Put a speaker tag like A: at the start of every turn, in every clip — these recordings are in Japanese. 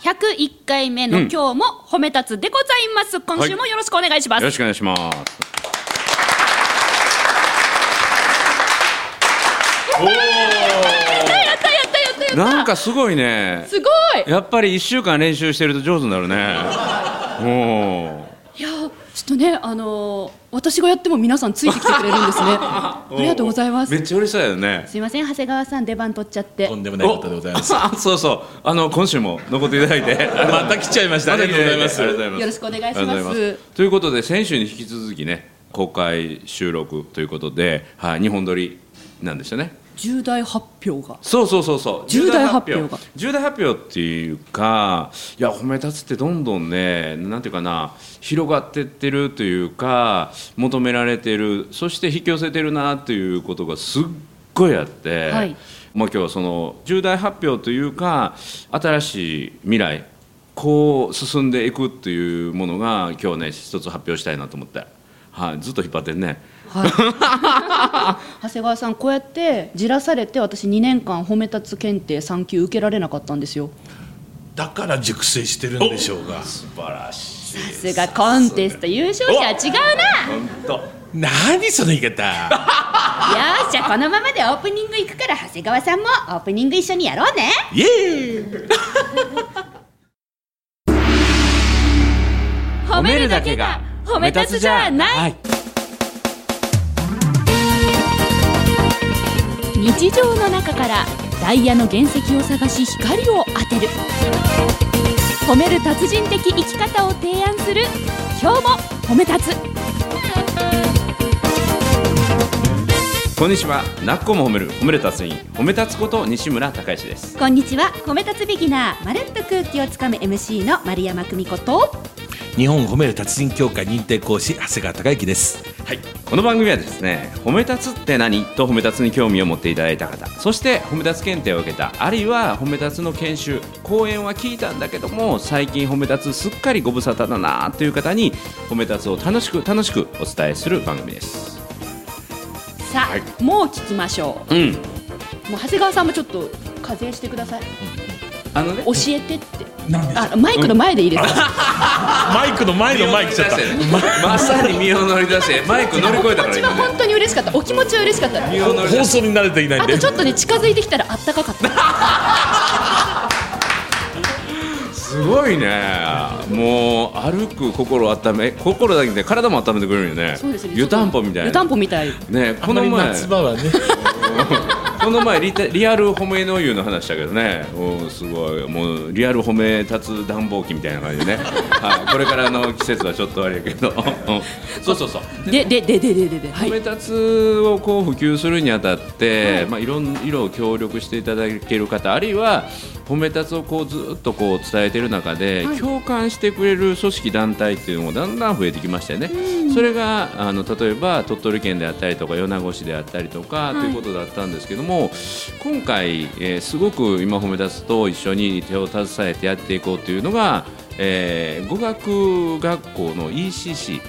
A: 101回目の今日も褒め立つでございます、今週もよろしくお願いします、
B: よろしくお願いします。
A: やったやったやったやった
B: なんかすごいね。
A: すごい
B: やっぱり一週間練習してると上手になるね。お
A: いやーちょっとねあのー私がやっても皆さんついてきてくれるんです ねあ
B: お。
A: りがとうございま
B: めっ
A: す
B: ちゃ嬉しそうやよね。
A: すいません長谷川さん出番取っちゃって
C: とんでもないことでございます。
B: あそうそう。あの今週も残っていただい て。
C: また来ちゃいました。ありがとうございます。
B: ありがとうございます
A: よろしくお願いします
B: ありがとうございまということで先週に引き続きね公開収録ということで、はい、日本撮りなんでしたね。
A: 重大発表が
B: そうそうそうそう
A: 重大発表が
B: 重大発表っていうかいや褒め立つってどんどんねなんていうかな広がってってるというか求められてるそして引き寄せてるなということがすっごいあって、
A: はい
B: まあ、今日はその重大発表というか新しい未来こう進んでいくっていうものが今日ね一つ発表したいなと思って、はい、ずっと引っ張ってんね。
A: 長谷川さんこうやってじらされて私2年間褒め立つ検定3級受けられなかったんですよ
C: だから熟成してるんでしょうが。
B: 素晴らしい
A: さすがコンテスト優勝者は違うな
B: 本当
C: 何その言い方。
A: よーしじゃあこのままでオープニング行くから長谷川さんもオープニング一緒にやろうね
C: イエーイ。
A: 褒
B: はい
A: 日常の中からダイヤの原石を探し光を当てる褒める達人的生き方を提案する今日も褒め立つ
B: こんにちは。なっこも褒める褒める達人褒め立つこと西村孝之です。
A: こんにちは褒め立つビギナーまるっと空気をつかむ MC の丸山久美子と
C: 日本褒める達人協会認定講師長谷川孝之です。
B: はい。この番組はですね、褒め立つって何と褒め立つに興味を持っていただいた方、そして褒め立つ検定を受けた、あるいは褒め立つの研修、講演は聞いたんだけども、最近褒め立つすっかりご無沙汰だなという方に褒め立つを楽しく楽しくお伝えする番組です。
A: さあ、
B: はい
A: もう聞きましょ
B: うん。
A: うもう長谷川さんもちょっと課税してください
B: あのね
A: 教。えてって
C: 何で
A: あマイクの前でいいですか、
C: マイクの前のマイクちゃった。
B: まさに身を乗り出して、マイク乗り越えたから
A: 私は
B: 今ね。
A: 本当に嬉しかったお気持ちは嬉しかった
B: 身を乗り出
C: 放
B: して。
C: 送に慣れていない
A: あ
C: んで
A: と。ちょっとね近づいてきたらあったかかった
B: すごいねもう歩く心温め心だけで体も温めてくれるよね
A: そうですね
B: 湯たんぽみたいな
A: 湯たんぽみたい
B: ねこの
C: あんまり
B: 前
C: 夏場はね。
B: この前リタリアル褒めの湯の話だけどねおすごいもうリアル褒め立つ暖房機みたいな感じでね、はい、これからの季節はちょっとあれやけど うんそうそうそう
A: でででででででは
B: 褒め
A: い
B: 立つをこう普及するにあたって、いまあ、いろん色を協力していただける方あるいは褒め立つをこうずっとこう伝えている中で、共感してくれる組織団体っていうのもだんだん増えてきましたよね、それがあの例えば鳥取県であったりとか米子市であったりとか、ということだったんですけども今回、えーすごく今褒め立つと一緒に手を携えてやっていこうというのが、えー語学学校の ECC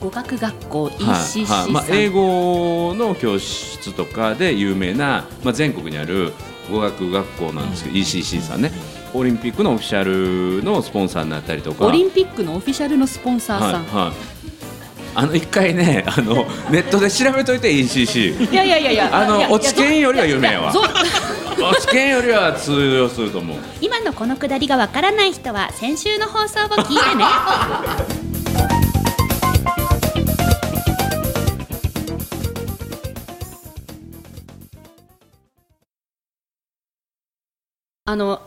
A: 語学学校
B: はいはいまあ、英
A: ECC
B: 語の教室とかで有名な、まあ、全国にある語学学校なんですけど ECC さんねオリンピックのオフィシャルのスポンサーになったりと
A: さん
B: か
A: オリンピックのオフィシャルのスポンサーさん、
B: はいはい、あの一回ね あのネットで調べといて ECC
A: いやいやいやいや
B: あの
A: いやいや
B: 落ち券よりは有名やわ
A: ぞ
B: 試験よりは通用すると思う
A: 今のこのくだりがわからない人は先週の放送を聞いてねあの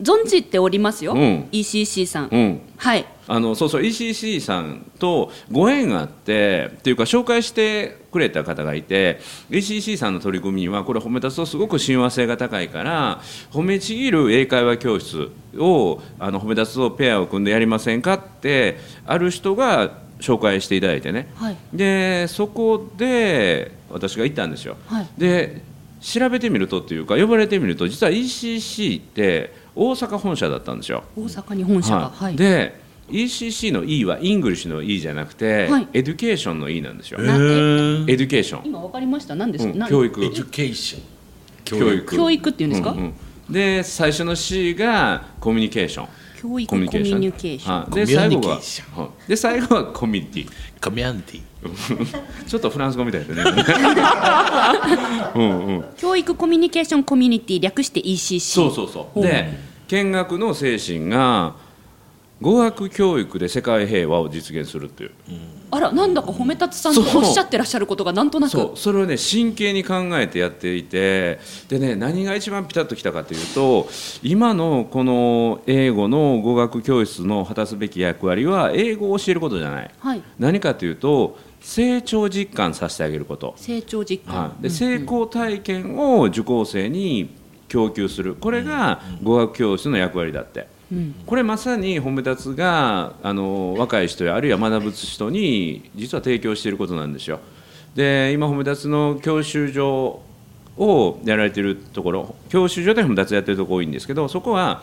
A: 存じておりますよ、
B: うん
A: ECC さん、
B: うん
A: はい
B: あのそうそう ECC さんとご縁があってっていうか紹介してくれた方がいて ECC さんの取り組みにはこれ褒め立つとすごく親和性が高いから褒めちぎる英会話教室をあの褒め立つとペアを組んでやりませんかってある人が紹介していただいてね、
A: はい
B: でそこで私が行ったんですよ、
A: はい
B: で調べてみるとっていうか呼ばれてみると実は ECC って大阪本社だったんですよ。
A: 大阪に本社が、はい
B: で ECC の E はイングリッシュの E じゃなくて、
A: はい
B: エデュケーションの E なんですよ、
A: えー
B: エデュケーション、
A: 今わかりました何です
B: う
A: か、
B: ん
A: な
B: 教育
C: エデュケーション。
B: 教育
A: 教育っていうんですか、
B: うんうんで最初の C がコミュニケーション
A: 教育
B: コ
A: コ
B: ミュ
A: ミ
B: ニケーショ
A: ュ
B: ン
A: ニケーション。
B: はいで最後
C: コミュニ
B: は
C: ケーシ
B: はいで最後はコミュニティ
C: コミュニティ
B: ちょっとフランス語みたいだ ねうんうん
A: 教育コミュニケーションコミュニティ略して ECC。
B: そうそうそうで見学の精神が語学教育で世界平和を実現するっていう
A: あらなんだか褒めたつさんと
B: そう
A: おっしゃってらっしゃることがなんとな
B: そ
A: く
B: うそれをね真剣に考えてやっていてでね何が一番ピタッときたかというと今のこの英語の語学教室の果たすべき役割は英語を教えることじゃない
A: はい
B: 何かというと成長実感させてあげること、
A: 成長実感。
B: はい、で成功体験を受講生に供給するこれが語学教室の役割だって。これまさに褒め立つがあの若い人やあるいは学ぶ人に実は提供していることなんですよ。で今褒め立つの教習所をやられてるところ教習所で褒め立つやってるところ多いんですけどそこは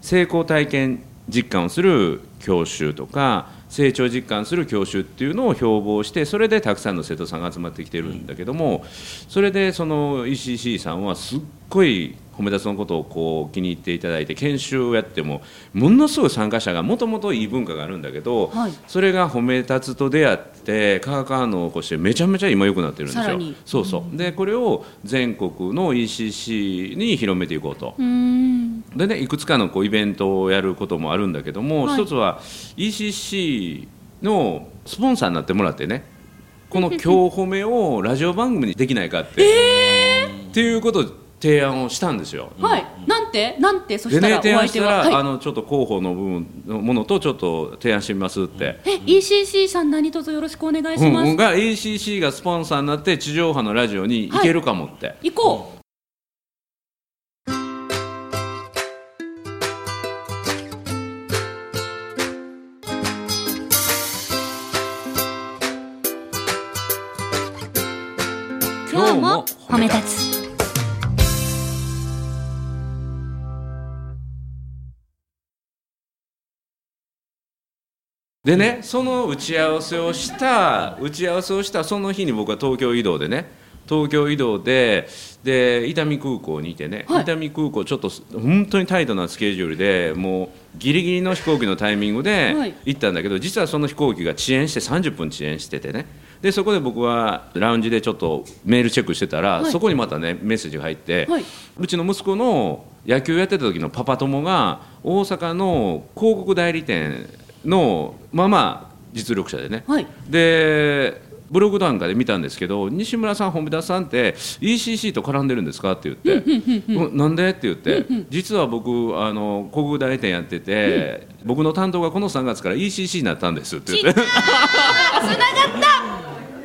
B: 成功体験実感をする教習とか成長実感する教習っていうのを標榜してそれでたくさんの生徒さんが集まってきてるんだけどもそれでその ECC さんはすっごい褒め立つのことをこう気に入っていただいて研修をやってもものすごい参加者がもともといい文化があるんだけど、
A: はい
B: それが褒め立つと出会って化学反応を起こしてめちゃめちゃ今良くなってるんですよ。
A: さらに
B: そうそうでこれを全国の ECC に広めていこうと。
A: うーん
B: でねいくつかのこうイベントをやることもあるんだけども、
A: はい
B: 一つは ECC のスポンサーになってもらってねこの「今日褒め」をラジオ番組にできないかって、っていうことを提案をしたんですよ。
A: はいなんてなんてそし
B: で
A: たら
B: ね
A: お
B: 提
A: 相
B: 案した
A: 手
B: ら、
A: は
B: あ
A: は
B: のちょっと広報の部分のものとちょっと提案してみますって。
A: いえ ECC さん何卒よろしくお願い
B: うん
A: しま
B: うん
A: す。
B: が ACC がスポンサーになって地上波のラジオに行けるかもって、
A: 行こう。
B: 今日も褒め立
A: つ。
B: でねその打ち合わせをした打ち合わせをしたその日に僕は東京移動でね東京移動でで伊丹空港にいてね、
A: はい
B: 伊丹空港ちょっと本当にタイトなスケジュールでもうギリギリの飛行機のタイミング
A: はい
B: で行ったんだけど、実はその飛行機が遅延して30分遅延しててねでそこで僕はラウンジでちょっとメールチェックしてたら、
A: はい
B: そこにまたねメッセージが入って、
A: はいう
B: ちの息子の野球やってた時のパパ友が大阪の広告代理店のまあまあ実力者でね、
A: はい
B: でブログなんかで見たんですけど西村さん、本田さんって ECC と絡んでるんですかって言ってうんなんでって言って実は僕、あの広告代理店やってて僕の担当がこの3月から ECC になったんですって言って。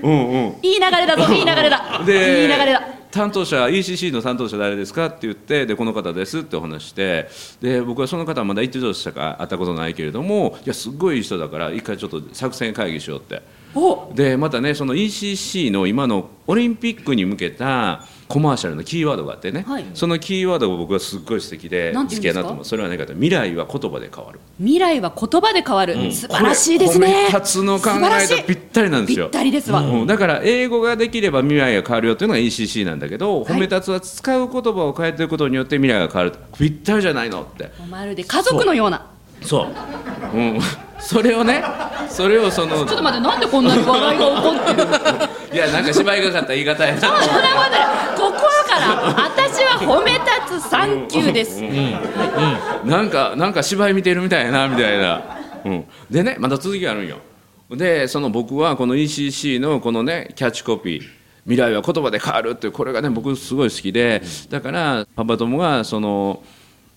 B: うんうん
A: いい流れだぞいい流れだ。
B: で
A: いい流れだ。
B: 担当者 ECC の担当者誰ですかって言ってでこの方ですってお話してで僕はその方はまだ一度しか会ったことないけれどもいやすっごいいい人だから一回ちょっと作戦会議しようって
A: お
B: でまたねその ECC の今のオリンピックに向けたコマーシャルのキーワードがあってね、
A: はい
B: そのキーワードが僕はすっごい素敵で
A: な
B: 好
A: んて言うん
B: き
A: で
B: や
A: すか
B: なと思うそれは何かというと未来は言葉で変わる
A: 未来は言葉で変わる。素晴らしいです
B: これ
A: ね。
B: 褒め立つの考
A: 素晴ら
B: え
A: し
B: と
A: い
B: ぴったりなんです
A: ぴ
B: よ
A: ったりですわ。
B: うんだから英語ができれば未来が変わるよというのが ECC なんだけど、
A: はい
B: 褒め立つは使う言葉を変えていくことによって未来が変わるぴったりじゃないのって
A: まるで家族のような。
B: そう、うん、それをねそれをその
A: ちょっと待ってなんでこんなに笑いが起こってる。
B: いやなんか芝居がかった言い方や
A: そんなことない
B: な
A: 心から私は褒め立つ産休です、
B: なんかなんか芝居見てるみたいやなみたいな、うん、でねまた続きがあるんよでその僕はこの ECC のこのねキャッチコピー未来は言葉で変わるっていうこれがね僕すごい好きでだからパパ友がその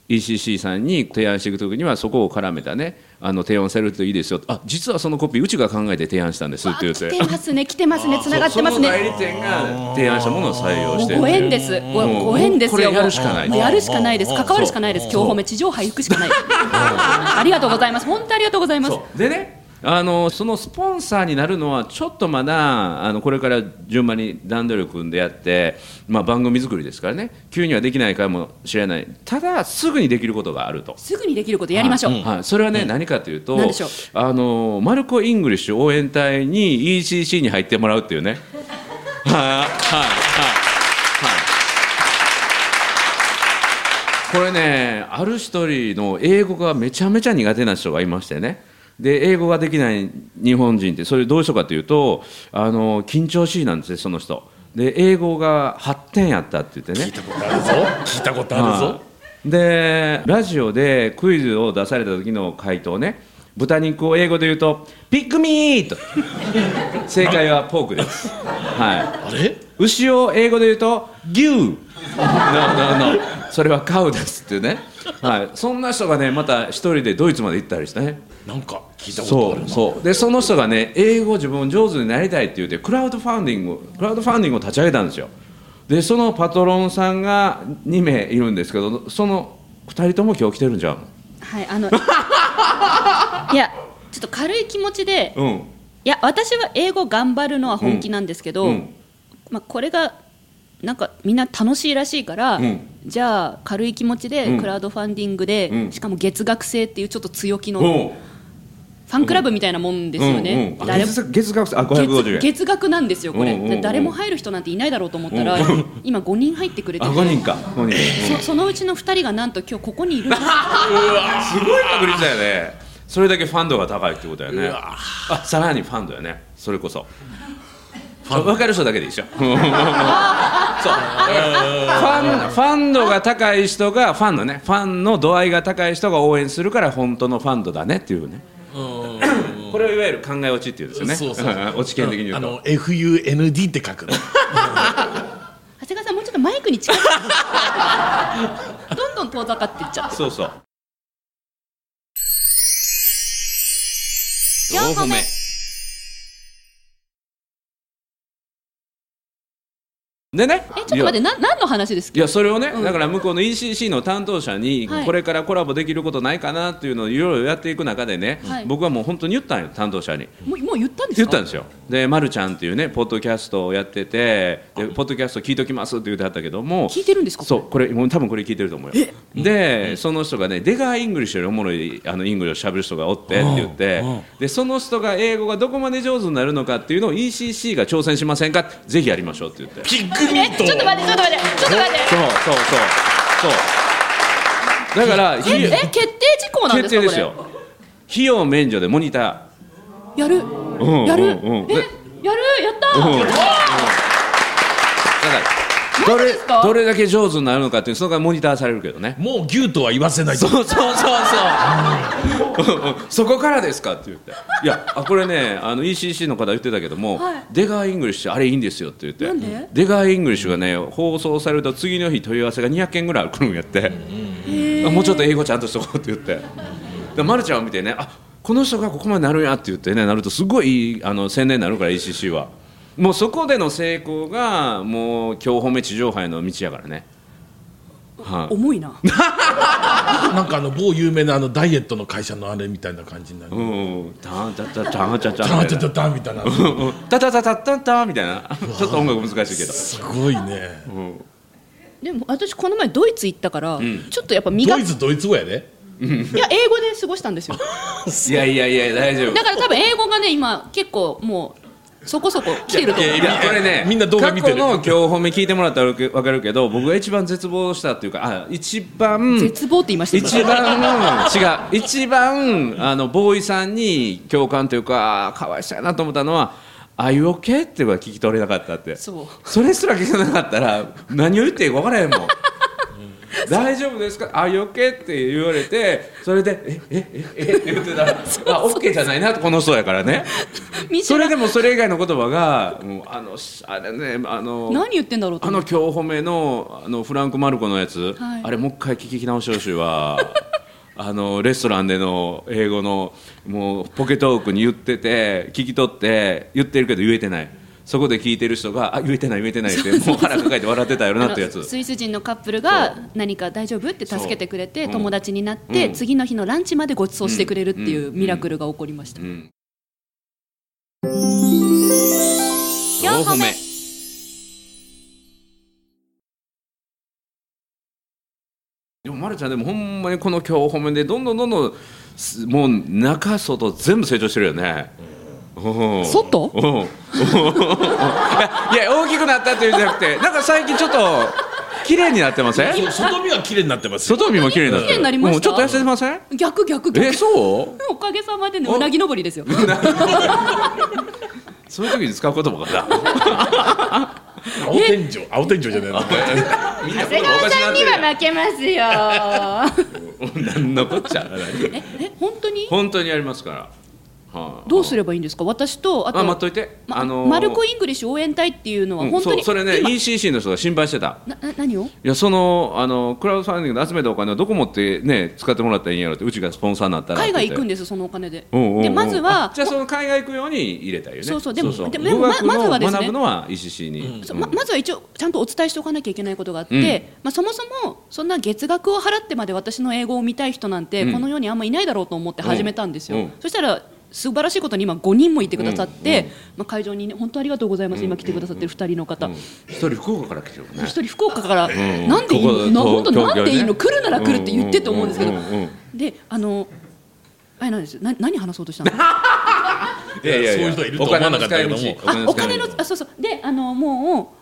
B: ECC さんに提案していく時にはそこを絡めたねあの提案されるといいですよあ実はそのコピーうちが考えて提案したんですって言っ
A: 来
B: て
A: てますね来てますね繋がってます
B: その代
A: ね
B: 理店が提案したものを採用
A: も
B: し
A: う
B: てる
A: ご縁ですご
B: うん
A: ご縁ですよ
B: これやるしかない
A: もうやるしかないです関わるしかないです今日褒め地上波行くしかないありがとうございます本当ありがとうございます
B: そうでねあのそのスポンサーになるのはちょっとまだあのこれから順番に段取りを組んでやって、まあ、番組作りですからね急にはできないかもしれないただすぐにできることがあると。
A: すぐにできることやりましょう、
B: はいはいそれはね、何かというと
A: 何でしょう
B: あのマルコ・イングリッシュ応援隊に ECC に入ってもらうっ ていうね。はいはいはいはいこれねある一人の英語がめちゃめちゃ苦手な人がいましてねで英語ができない日本人ってそれどういう人かというとあの緊張しいなんですよその人で英語が8点やったって言ってね
C: 聞いたことあるぞ聞いたことある
B: は
C: ぞ
B: いでラジオでクイズを出された時の回答ね豚肉を英語で言うと「ピックミート」正解はポークです、は
C: あれ
B: い、牛を英語で言うと「牛」no, no, no. それはカウですっていうね、はい、そんな人がねまた一人でドイツまで行ったりしてね
C: なんか聞いたことあ
B: そ
C: る
B: う
C: な
B: そうでその人がね英語自分上手になりたいって言ってクラウドファンディングクラウドファンディングを立ち上げたんですよでそのパトロンさんが2名いるんですけどその2人とも今日来てるんじゃん
A: はい、あの。いや、ちょっと軽い気持ちで、
B: うん
A: いや、私は英語頑張るのは本気なんですけど。
B: うんうん
A: まあ、これが。なんかみんな楽しいらしいから、
B: うん
A: じゃあ軽い気持ち
B: う
A: で
B: ん
A: クラウドファンディングで、
B: うん
A: しかも月額制っていうちょっと強気の
B: お
A: フ
B: う
A: ァンクラブみたいなもんですよね、
B: うんうん、
A: 誰も
B: 月月額あ
A: 月
B: 550円
A: 月額なんですよこれ、
B: うんうんうん
A: 誰も入る人なんていないだろうと思ったら、
B: うん
A: 今5人入ってくれて
B: あ
A: て
B: 5人か5人
A: そそのうちの2人がなんと今日ここにいるんです
B: すごい確率だよねそれだけファンドが高いってことだよねあさらにファンドよねそれこそ分かる人だけでいいでし ょそうファンファンドが高い人がファンのねファンの度合いが高い人が応援するから本当のファンドだねっていうねこれをいわゆる考え落ちっていうんですよね
C: そうそう
B: 落ち見的に言
C: あ
B: うと
C: の FUND って書く の
A: 長谷川さんもうちょっとマイクに近づいてどんどん遠ざかっていっちゃって
B: そうそう
D: 4個目
B: でね
A: えちょっと待ってな何の話です
B: い
A: か
B: やそれをね、だから向こうの ECC の担当者に
A: はい
B: これからコラボできることないかなっていうのをいろいろやっていく中でね、
A: はい
B: 僕はもう本当に言ったんよ担当者に。
A: もうもう言ったんです
B: 言っ
A: か
B: たんですよで、ま、るちゃんっていうねポッドキャストをやっててでポッドキャスト聞いときますって言ってはったけども
A: 聞いてるんですか
B: そうこれもう多分これ聞いてると思うよでその人がね出川イングリッシュよりおもろいあのイングリッシュを喋る人がおってって言って
C: うんうん
B: でその人が英語がどこまで上手になるのかっていうのを ECC が挑戦しませんかぜひやりましょうって言って。
C: ピッグミ
A: え
C: ー
A: ち
C: ト
A: ょっと待ってちょっと待ってちょっと待って
B: そうそうそうそうだから
A: え
B: 費用
A: え決定事項なんで
B: 決
A: すか
B: 定
A: これ
B: ですよ費用免除でモニタ
A: やる
B: うん
A: やる
B: うんうん
A: えやる
B: で
A: やった
B: ー、うん
A: ー
B: だからどれ
A: ですか
B: どれだけ上手になるのかっていうそのがモニターされるけどね
C: もう牛とは言わせない
B: そうそうそうそううんうん そこからですかって言っていやあこれねあの ECC の方言ってたけども、
A: はい
B: 出川イングリッシュあれいいんですよって言って
A: なんで
B: 出川イングリッシュがね放送されると次の日問い合わせが200件ぐらい来るんやっ
A: へ
B: て。
A: ー
B: もうちょっと英語ちゃんとしとこうって言ってで、ま、るちゃんを見てねあこの人がここまでなるんやって言ってねなるとすごいいいあの宣伝になるから ECC はもうそこでの成功がもう今日褒め地上波への道やからね、はい
A: 重いな
C: なんかあの某有名なあのダイエットの会社のあれみたいな感じになる
B: うんタンタタタンタタ
C: ダ
B: タン
C: ーンダーンダーンみたいな
B: タタタタタタンみたいなちょっと音楽難しいけど
C: すごいね
A: でも私この前ドイツ行ったから、ちょっとやっぱ磨
C: ド
A: き
C: イツドイツ語やで
A: いや英語で過ごしたんですよ
B: いやいやいや大丈夫
A: だから多分英語がね今結構もうそこそこ来てると思う
B: いやこれね
C: みんな動画見てる
B: 過去の今日褒め聞いてもらったらわかるけど僕が一番絶望したっていうかあ一番
A: 絶望って言いました
B: 一番違う一番あのボーイさんに共感というかあーかわいそうやなと思ったのは「あ you OK?」っていうのは聞き取れなかったって
A: そう
B: れすら聞かなかったら何を言っていいか分からへんもん大丈夫ですか「あ you OK?」って言われてそれで「えええええって言ってたら「あ OK じゃないな」この人やからね
A: ミシ
B: そ
A: ェラ
B: れでもそれ以外の言葉がもうあのあれねあの
A: 何言ってんだろうと
B: あ
A: 思
B: の
A: って
B: 今日褒めのあのフランク・マルコのやつ、
A: はい
B: あれもう一回聞き直してほしいわ あのレストランでの英語のもうポケトークに言ってて聞き取って言ってるけど言えてないそこで聞いてる人が「あ言えてない言えてない」ってもう腹抱えて笑ってたよなってや
A: あの
B: つ
A: スイス人のカップルが何か大丈夫って助けてくれて友達になって、
B: うん
A: 次の日のランチまでご馳走してくれるっていうミラクルが起こりました、
B: ん
D: 4個目
B: でもまるちゃんでもほんまにこの今日褒めでどんどんどんどんすもう中外全部成長してるよね、うん
A: 外
B: うんいやいや大きくなったというんじゃなくてなんか最近ちょっと綺麗になってません
C: そう外見は綺麗になってますよ
B: 外見も綺麗になって
A: 綺麗になりました
B: うんちょっと痩せてません
A: 逆逆逆
B: えそう
A: おかげさまでねうなぎ登りです よ
B: そういう時に使う言葉かな
C: 青天井青天井じゃないの
B: みんな
E: 長谷川さんには負けますよ
B: 何のこっちゃ
A: え え本当に
B: 本当にやりますから、はあ、
A: どうすればいいんですか私とあと
B: あ待っといて、
A: ま
B: あのー
A: マルコ・イングリッシュ応援隊っていうのは
B: うん
A: 本当
B: そ
A: に、
B: うそれね
A: 今
B: ECC の人が心配してた
A: なな何を
B: いやそのあのクラウドファンディングで集めたお金をどこ持って、ね、使ってもらったらいいんやろってうちがスポンサーになったら
A: 海外行くん
B: で
A: ですそのお金で、
B: うんうんうん
A: でまずは
B: あじゃあその海外行くように入れたいよね
A: そうそうでもでも
B: 語学の
A: ままずはですね
B: 学ぶのは ECC に、
A: そうままずは一応ちゃんとお伝えしておかなきゃいけないことがあって、まあ、そもそもそんな月額を払ってまで私の英語を見たい人なんて
B: うん
A: この世にあんまいないだろうと思って始めたんですよ、
B: うんうん
A: そしたら素晴らしいことに今5人もいてくださって、まあ、会場に、ね、本当ありがとうございます、今来てくださってる2人の方、
B: うん一人福岡から来てるもんね
A: 一人福岡から、
B: ん
A: なんでいいの、な
B: ここ
A: 本当
B: 東
A: な
B: 京
A: んでいいの、
B: ね
A: 来るなら来るって言ってと思うんですけど、
B: うんうんうんうん
A: であのあれなんですよな何話そうとしたの
B: いやいやいや
C: そういう人いると思わなかったけども
A: あお金のあそうそうであのも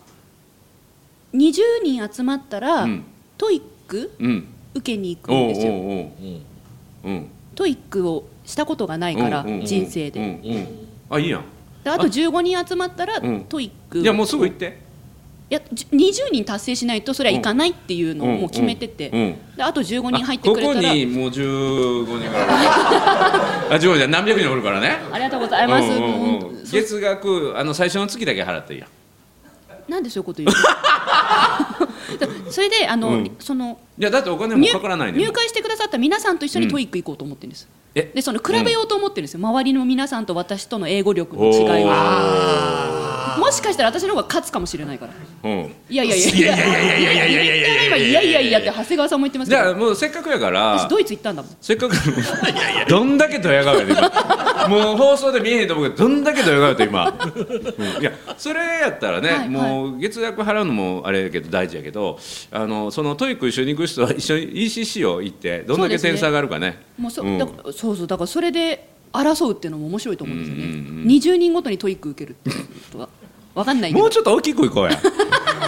A: う20人集まったら、
B: うん
A: トイック
B: うん
A: 受けに行くん
B: おうおう
A: ですよ
B: おうう
C: うん
B: ん
A: トイックをしたことがないから、
B: うんうんうん
A: 人生で,、
B: うんうんあいいやん
A: であと15人集まったら、
B: うん
A: トイック
B: いやもうすぐ行って
A: いやじゅ20人達成しないとそれはいかないっていうのをもう決めてて、
B: うんうん
A: であと15人入って
B: こ
A: くれた
B: こ
A: ら
B: にもう15人 ぐらいあ15じゃ何百人おるからね
A: ありがとうございます。
B: うんうん
A: も
B: うん
A: うそう
B: 月額あの最初の月だけ払っていいやん
A: なんでそういうこと言うの それであの、
B: うん
A: その
B: いやだってお金も
A: 入
B: かからないね
A: 入会してくださった皆さんと一緒に
B: うん
A: トイック行こうと思ってるんです、
B: え
A: でその比べようと思ってるんですよ、周りの皆さんと私との英語力の違いをもしかしたら私の方が勝つかもしれないから
B: うん
A: いやいやいや
C: いやいやいやいやいやいやいやいや
A: 今いやいやいやって長谷川さんも言ってます
B: じ
A: け
B: ゃあ
A: ど
B: もうせっかくやから
A: 私ドイツ行ったんだもん
B: せっかく どんだけドヤ顔やで今もう放送で見えへんと思うけどどんだけドヤ顔やで今、うんいやそれやったらね、
A: はいはい
B: もう月額払うのもあれやけど大事やけどあのそのトイック一緒に行く人は一緒に ECC を行ってどんだけ点差があるかね
A: もうそ,、
B: ん
A: だからそうそうだからそれで争うっていうのも面白いと思うんですよね、20人ごとにトイック受けるっていうことは分かんないけ
B: も
A: ど
B: うちょっと大きくいこうや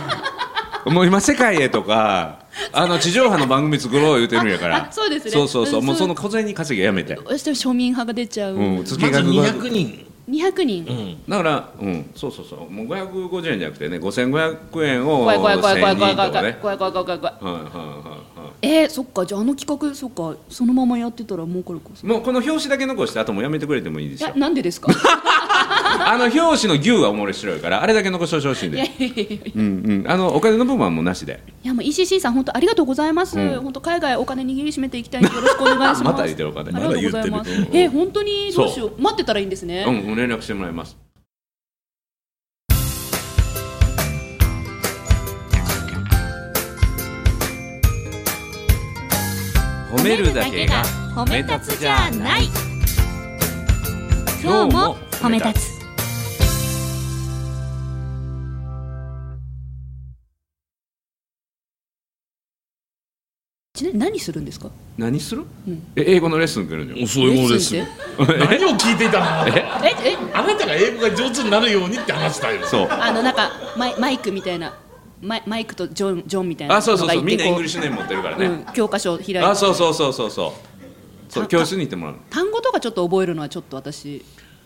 B: もう今世界へとかあの地上波の番組作ろう言うてるんやから
A: ああそうですね
B: そうそうそう
A: うん
B: もう
A: そ
B: そうの小銭稼ぎやめて、
A: そして庶民派が出ちゃう、
B: うん、月
C: まず
B: 額
C: 200
B: 500
C: 人
A: 200人、
B: だから、うん、そうそうそうもう550円じゃなくてね5500円を
A: 怖い怖い怖い怖い怖い怖い
B: 1000人とか
A: 怖
B: ね
A: い怖い怖い怖い怖い怖い
B: はいはいはいは
A: えー、そっかじゃああの企画そっかそのままやってたら儲かるか
B: いもうこの表紙だけ残してあともうやめてくれてもいいです
A: いや
B: よ
A: なんでですか
B: あの表紙の牛はおもれ白いからあれだけ残してほしいん
A: いや
B: で
A: いやいやいやい
B: うんうんあのお金の部分はもうなしで
A: やもう ECC さん本当ありがとうございます
B: うん
A: 本当、海外お金握りしめていきたいんでよろしくお願いします
B: また言ってるお金
A: ありがとうございます
C: まだ言って
A: えー本当にどうしよう待ってたらいいんですね、
B: うんうん連絡してもらいます褒めるだけが
E: 褒
B: め立つじゃない
E: 今日も褒め立つ
B: つ
A: ちなみに何するんですか
B: 何する、え英語のレッスン受けるんじゃん
C: そういうことです
A: レッス
C: 何を聞いていたの
A: ンってええ
C: あなたが英語が上手になるようにって話したよ
B: そう
A: あのなんかマイマイクみたいなマイマイクとジョンジョンみたいな
B: あそうそ
A: の
B: う
A: がい
B: そ
A: て
B: うみんなイ
A: こ
B: ングリッシュネーム持ってるからね、
A: うん、教科書を開いて
B: あそうそうそうそうそうそう
A: た
B: 教室に行ってもらうの
A: 単語とかちょっと覚えるのはちょっと私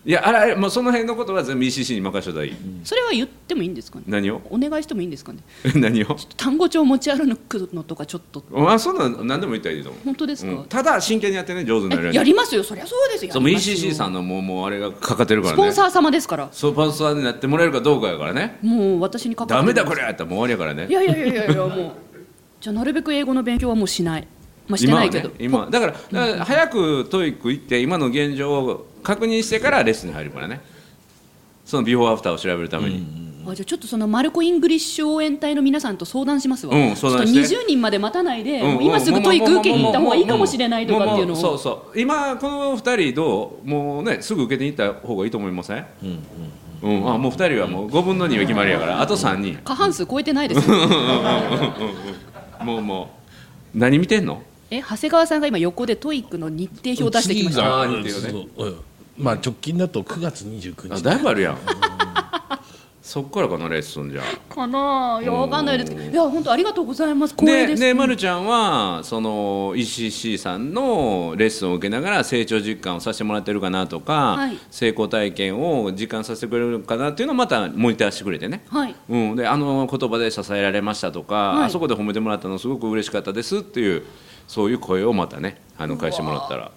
B: いやあれあれもうその辺のことは全部 ECC に任せたらいい、
A: それは言ってもいいんですかね
B: 何を
A: お願いしてもいいんですかね
B: 何を
A: 単語帳持ち歩くのとかちょっと
B: あそんなん何でも言ったらいいと思う
A: 本当ですか、
B: うんただ真剣にやってね上手になるよう
A: え
B: に
A: やりますよそりゃそうですよ
B: そうもう
A: やりますよ
B: ECC さんのもうもうあれがかかってるから
A: ス
B: ね
A: ポンサー様ですから
B: そうスポンサーになってもらえるかどうかやからね
A: もう私にかか
B: ダメだこ
A: れ
B: れやったらもう終わりやから
A: い
B: ね
A: やいやいやいやいやも うじゃあなるべく英語の勉強はもうしないまあしてないけど、
B: はね今はだからだから早くトイック行って今の現状を確認してからレッスンに入るからねそのビフォーアフターを調べるために、
A: あじゃあちょっとそのマルコ・イングリッシュ応援隊の皆さんと相談しますわ、
B: うん相談して
A: ちょっと20人まで待たないで、
B: うん
A: もう今すぐトイック受けに行った方がいいかもしれないとかっていうの
B: もももうもう
A: を
B: そうそう今この二人どうもうねすぐ受けていった方がいいと思いませんうん、あもう二人はもう5分の2は決まりやからあと3人
A: 過半数超えてないですよ
B: もうもう何見てんの
A: え長谷川さんが今横でトイックの日程表を出してきまし
B: 次
A: た
B: があー
C: うん
B: 似てるね
C: そううんまあ直近だと9月29
B: あ
C: 日
B: だいぶあるやんそっからかなレッスンじゃあ
A: かなあいやわかんないですけどいや本当ありがとうございます光栄
B: で
A: です、
B: で、ま、るちゃんはその ECC さんのレッスンを受けながら成長実感をさせてもらってるかなとか、
A: はい
B: 成功体験を実感させてくれるかなっていうのをまたモニターしてくれてね、
A: はい
B: うん、であの言葉で支えられましたとか、
A: い
B: あそこで褒めてもらったのすごく嬉しかったですっていうそういう声をまたねあの返してもらったら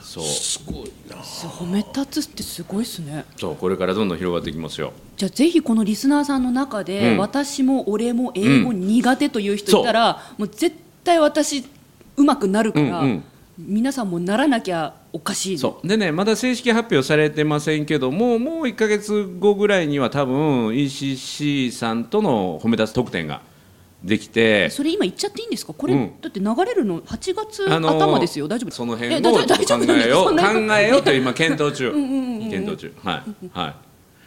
B: そう
C: すごいな
A: 褒め立つってすごいですね
B: そうこれからどんどん広がっていきますよ
A: じゃあぜひこのリスナーさんの中で、
B: うん
A: 私も俺も英語苦手という人いたら、もう絶対私うまくなるから、
B: うんうん
A: 皆さんもならなきゃおかしい
B: そうでねまだ正式発表されてませんけどももう1か月後ぐらいには多分 ECC さんとの褒め立つ特典ができて
A: それ今言っちゃっていいんですかこれ、
B: うん
A: だって流れるの8月
B: あのー
A: 頭ですよ大丈夫
B: その
A: え
B: 辺
A: だ
B: を
A: だ大丈夫な
B: 考
A: んで
B: え
A: す
B: よ
A: そ
B: うん考
A: な
B: えよう と今検討中検討中はいは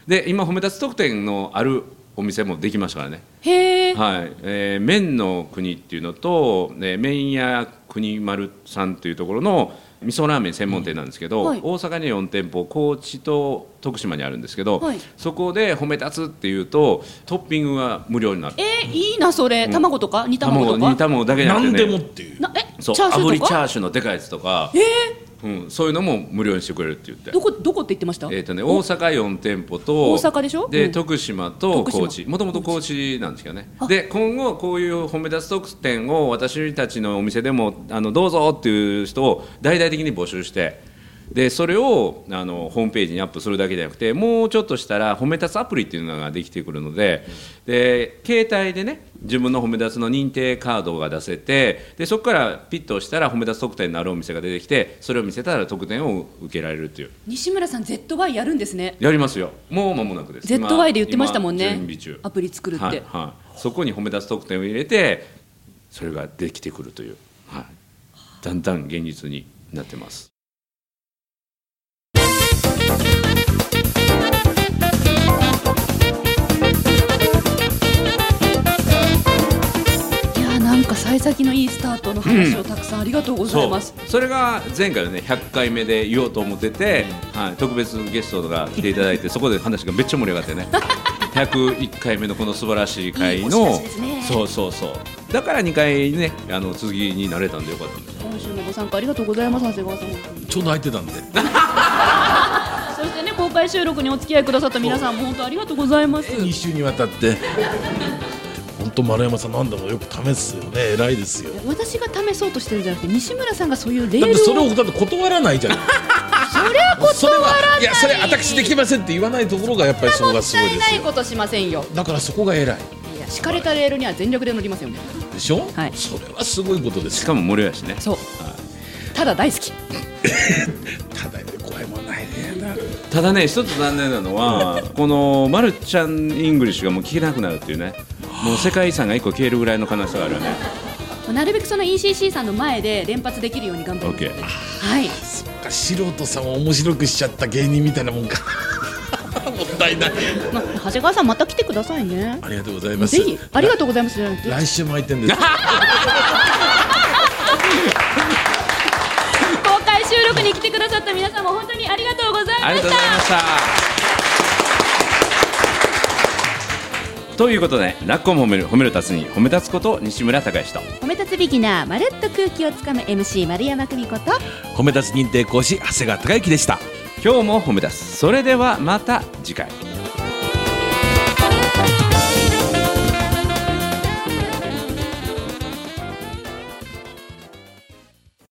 B: いで今褒め立つ特典のあるお店もできましたからね
A: へえ、
B: はい、えー麺の国っていうのと、えー麺屋国丸さんというところの味噌ラーメン専門店なんですけど、
A: うんはい
B: 大阪に4店舗高知と徳島にあるんですけど、
A: はい
B: そこで褒め立つっていうとトッピングが無料になる
A: えーいいなそれ卵とか煮卵とか
B: 煮卵だけじゃなく
C: 何
B: て、
C: で
B: ね、
C: もっていう
A: なえチ
B: そ
A: ャ
B: う
A: ーシュ
B: 炙
A: ー
B: り
A: と
B: チャ
A: か
B: ーシューのでかいやつとか、うん、そういうのも無料にしてくれるって言って
A: どこどこって言ってました、
B: えーとね、大阪4店舗と
A: 大阪でしょ
B: で
A: うん
B: 徳島と
A: 徳島
B: 高知もともと高知なんですけどねで今後こういう褒め立つ特典を私たちのお店でもあのどうぞっていう人を大々的に募集してでそれをあのホームページにアップするだけじゃなくてもうちょっとしたら褒め立つアプリっていうのができてくるのでで携帯でね自分の褒め立つの認定カードが出せてでそこからピッと押したら褒め立つ特典のあるお店が出てきてそれを見せたら特典を受けられるっていう。
A: 西村さん ZY やるんですね
B: やりますよもう間もなくです
A: ZY で言ってましたもん
B: 今
A: ね
B: 準備中
A: アプリ作るって、
B: はいはい、そこに褒め出す特典を入れてそれができてくるという、はい、だんだん現実になってます
A: いやーなんか幸先のいいスタートの話をたくさんありがとうございます、
B: それが前回のね100回目で言おうと思ってて、はい、特別ゲストが来ていただいてそこで話がめっちゃ盛り上がって ね101回目のこの素晴らしい回のそうそうそうだから2回ねあの続きになれたんでよかったんです
A: 今週もご参加ありがとうございます長谷川さん
C: ちょうど空いてたんで
A: そしてね公開収録にお付き合いくださった皆さんも本当ありがとうございます
C: 2週にわたって本当丸山さん何でもよく試すよね偉いですよ
A: 私が試そうとしてるんじゃなくて西村さんがそういうレー
C: だっ
A: ル
C: て
A: を
C: それをだって断らないじゃないそれは断らないいやそれ私できませんって言わないところがやっぱりそこがすごいです
A: ない
C: よ
A: ことしませんよ
C: だからそこが偉い
A: いや敷かれたレールには全力で乗りますよね
C: でしょ、
A: はい
C: それはすごいことです
B: し
C: よ
B: かも無料やしね
A: そうただ大好き
C: ただで怖いもんないねな
B: ただね一つ残念なのはこのまるちゃんイングリッシュがもう聞けなくなるっていうねもう世界遺産が一個消えるぐらいの悲しさがあるよね
A: なるべくその ECC さんの前で連発できるように頑張ります
B: OK
A: はい
C: なんか素人さんを面白くしちゃった芸人みたいなもんか もったいない
A: まあ長谷川さんまた来てくださいね
C: ありがとうございます
A: ぜひありがとうございますじゃなくて
C: 来週も空いてん です
A: 公開収録に来てくださった皆さんも本当にありがとうござい
B: あ
A: ま
B: り
A: し
B: が
A: た
B: とうございましたということでラッコも褒める褒める達に褒め立つこと西村孝之と
E: 褒め立つビギナーまるっと空気をつかむ MC 丸山久美子と
F: 褒め立つ認定講師長谷川隆之でした
B: 今日も褒め立つそれではまた次回